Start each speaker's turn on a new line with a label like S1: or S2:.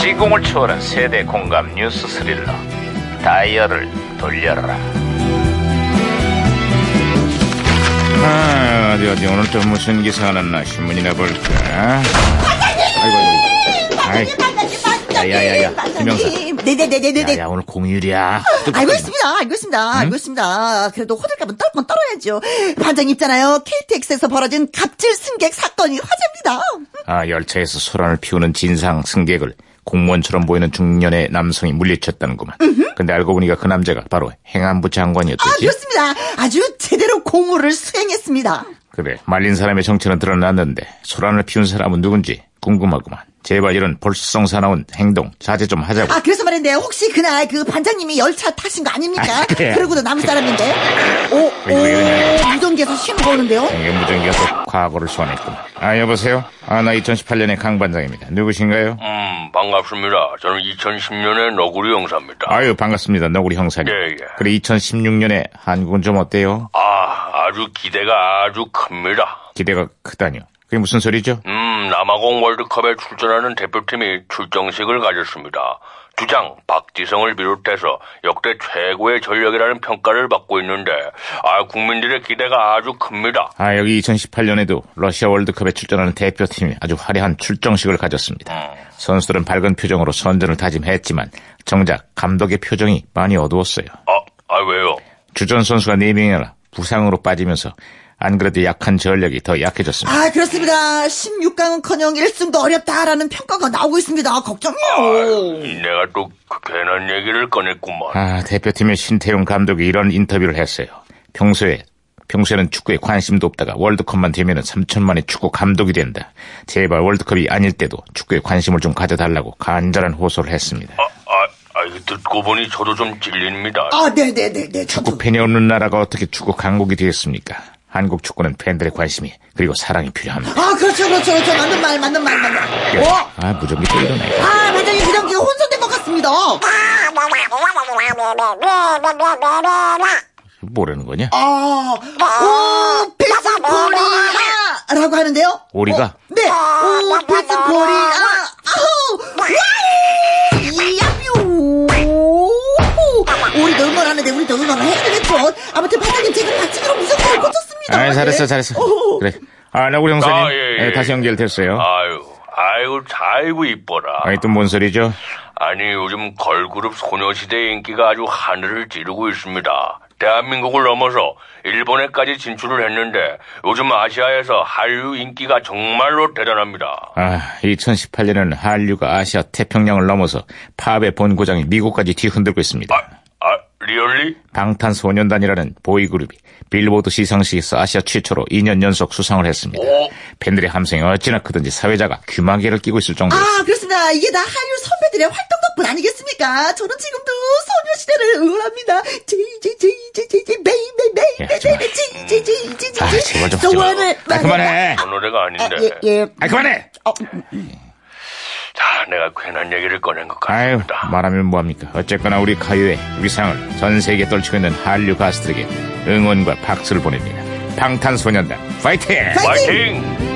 S1: 시공을 초월한 세대 공감 뉴스 스릴러 다이얼을 돌려라 아 어디 어디 오늘 또 무슨 기사가 났나 신문이나 볼까 아이고 아이고 아이 야야야야 김영사
S2: 네네네네네. 어,
S1: 야야 오늘 공휴일이야
S2: 알고 있습니다. 알고 있습니다. 알고 있습니다. 그래도 호들갑은 떨 건 떨어야죠. 반장 입잖아요. KTX에서 벌어진 갑질 승객 사건이 화제입니다.
S1: 아 열차에서 소란을 피우는 진상 승객을 공무원처럼 보이는 중년의 남성이 물리쳤다는구만 근데 알고 보니까 그 남자가 바로 행안부
S2: 아,
S1: 장관이었지
S2: 그렇습니다. 아주 제대로 공무를 수행했습니다.
S1: 그래 말린 사람의 정체는 드러났는데 소란을 피운 사람은 누군지 궁금하구만 제발 이런 볼성사나운 행동 자제 좀 하자고
S2: 아, 그래서 말인데 혹시 그날 그 반장님이 열차 타신 거 아닙니까?
S1: 아, 그래.
S2: 그러고도 남은 사람인데. 오,
S1: 이거 이거.
S2: 오, 무전기에서 신고 오는데요.
S1: 이게 무전기가 또 과거를 소환했구만 아 여보세요 아 나 2018년의 강반장입니다 누구신가요?
S3: 음, 반갑습니다. 저는 2010년의 너구리 형사입니다.
S1: 아유 반갑습니다 너구리 형사님
S3: 예, 예.
S1: 그래 2016년에 한국은 좀 어때요?
S3: 아, 아주 기대가 아주 큽니다.
S1: 기대가 크다뇨 그게 무슨 소리죠?
S3: 음, 남아공 월드컵에 출전하는 대표팀이 출정식을 가졌습니다. 주장 박지성을 비롯해서 역대 최고의 전력이라는 평가를 받고 있는데, 아, 국민들의 기대가 아주 큽니다.
S1: 아, 여기 2018년에도 러시아 월드컵에 출전하는 대표팀이 아주 화려한 출정식을
S3: 음,
S1: 가졌습니다. 선수들은 밝은 표정으로 선전을 다짐했지만 정작 감독의 표정이 많이 어두웠어요.
S3: 아, 아, 왜요?
S1: 주전 선수가 4명이나 부상으로 빠지면서 안 그래도 약한 전력이 더 약해졌습니다.
S2: 아, 그렇습니다. 16강은 커녕 1승도 어렵다라는 평가가 나오고 있습니다. 걱정이요.
S3: 내가 또그 괜한 얘기를 꺼냈구만.
S1: 아, 대표팀의 신태용 감독이 이런 인터뷰를 했어요. 평소에 평소에는 축구에 관심도 없다가 월드컵만 되면은 3천만의 축구 감독이 된다. 제발 월드컵이 아닐 때도 축구에 관심을 좀 가져달라고 간절한 호소를 했습니다.
S3: 아, 아, 아, 이거 듣고 보니 저도 좀 질립니다.
S2: 아, 네네네네. 저도.
S1: 축구 팬이 없는 나라가 어떻게 축구 강국이 되겠습니까? 한국 축구는 팬들의 관심이 그리고 사랑이 필요합니다.
S2: 아, 그렇죠, 그렇죠, 그렇죠. 맞는 말, 맞는 말, 맞는 말. 어?
S1: 아 무전기 또 이러네.
S2: 아, 반장님 그냥 혼선된 것 같습니다.
S1: 뭐라는 거냐?
S2: 아, 오, 필승 코리아라고 하는데요?
S1: 오리가?
S2: 어, 네, 오, 필승 코리아. 아우, 와이! 야뷰! 우리도 응원하는데 우리도 응원해야 되겠죠. 아무튼 반장님 제가 반칙으로 무조건 꽂혔습니다.
S1: 아 잘했어
S2: 네.
S1: 잘했어.
S2: 어.
S1: 그래. 아 나구리 형사님
S3: 아, 예, 예.
S1: 예, 다시 연결됐어요.
S3: 아유, 아유, 아이고 이뻐라.
S1: 아니 또 뭔 소리죠?
S3: 아니 요즘 걸그룹 소녀시대의 인기가 아주 하늘을 찌르고 있습니다. 대한민국을 넘어서 일본에까지 진출을 했는데 요즘 아시아에서 한류 인기가 정말로 대단합니다.
S1: 아 2018년에는 한류가 아시아 태평양을 넘어서 팝의 본고장이 미국까지 뒤흔들고 있습니다.
S3: 아 리얼리?
S1: 방탄소년단이라는 보이그룹이 빌보드 시상식에서 아시아 최초로 2년 연속 수상을 했습니다.
S3: 오.
S1: 팬들의 함성이 어찌나 크든지 사회자가 귀마개를 끼고 있을 정도로
S2: 아, 그렇습니다. 이게 다 한류 선배들의 활동 덕분 아니겠습니까? 저는 지금도 소녀시대를 응원합니다. 제이제이제이제이제이 메이 메이
S1: 야,
S2: 메이 메이
S1: 정말.
S2: 메이 제이제이제이제이
S1: 예, 아, 제발 좀 하지 마. 아, 그만해.
S3: 저 노래가
S2: 아,
S3: 아닌데.
S2: 예, 예.
S1: 아, 그만해.
S2: 어,
S3: 자, 내가 괜한 얘기를 꺼낸 것
S1: 아유,
S3: 같습니다.
S1: 말하면 뭐합니까. 어쨌거나 우리 가요의 위상을 전 세계에 떨치고 있는 한류 가수들에게 응원과 박수를 보냅니다. 방탄소년단, 파이팅!
S2: 파이팅!
S3: 파이팅!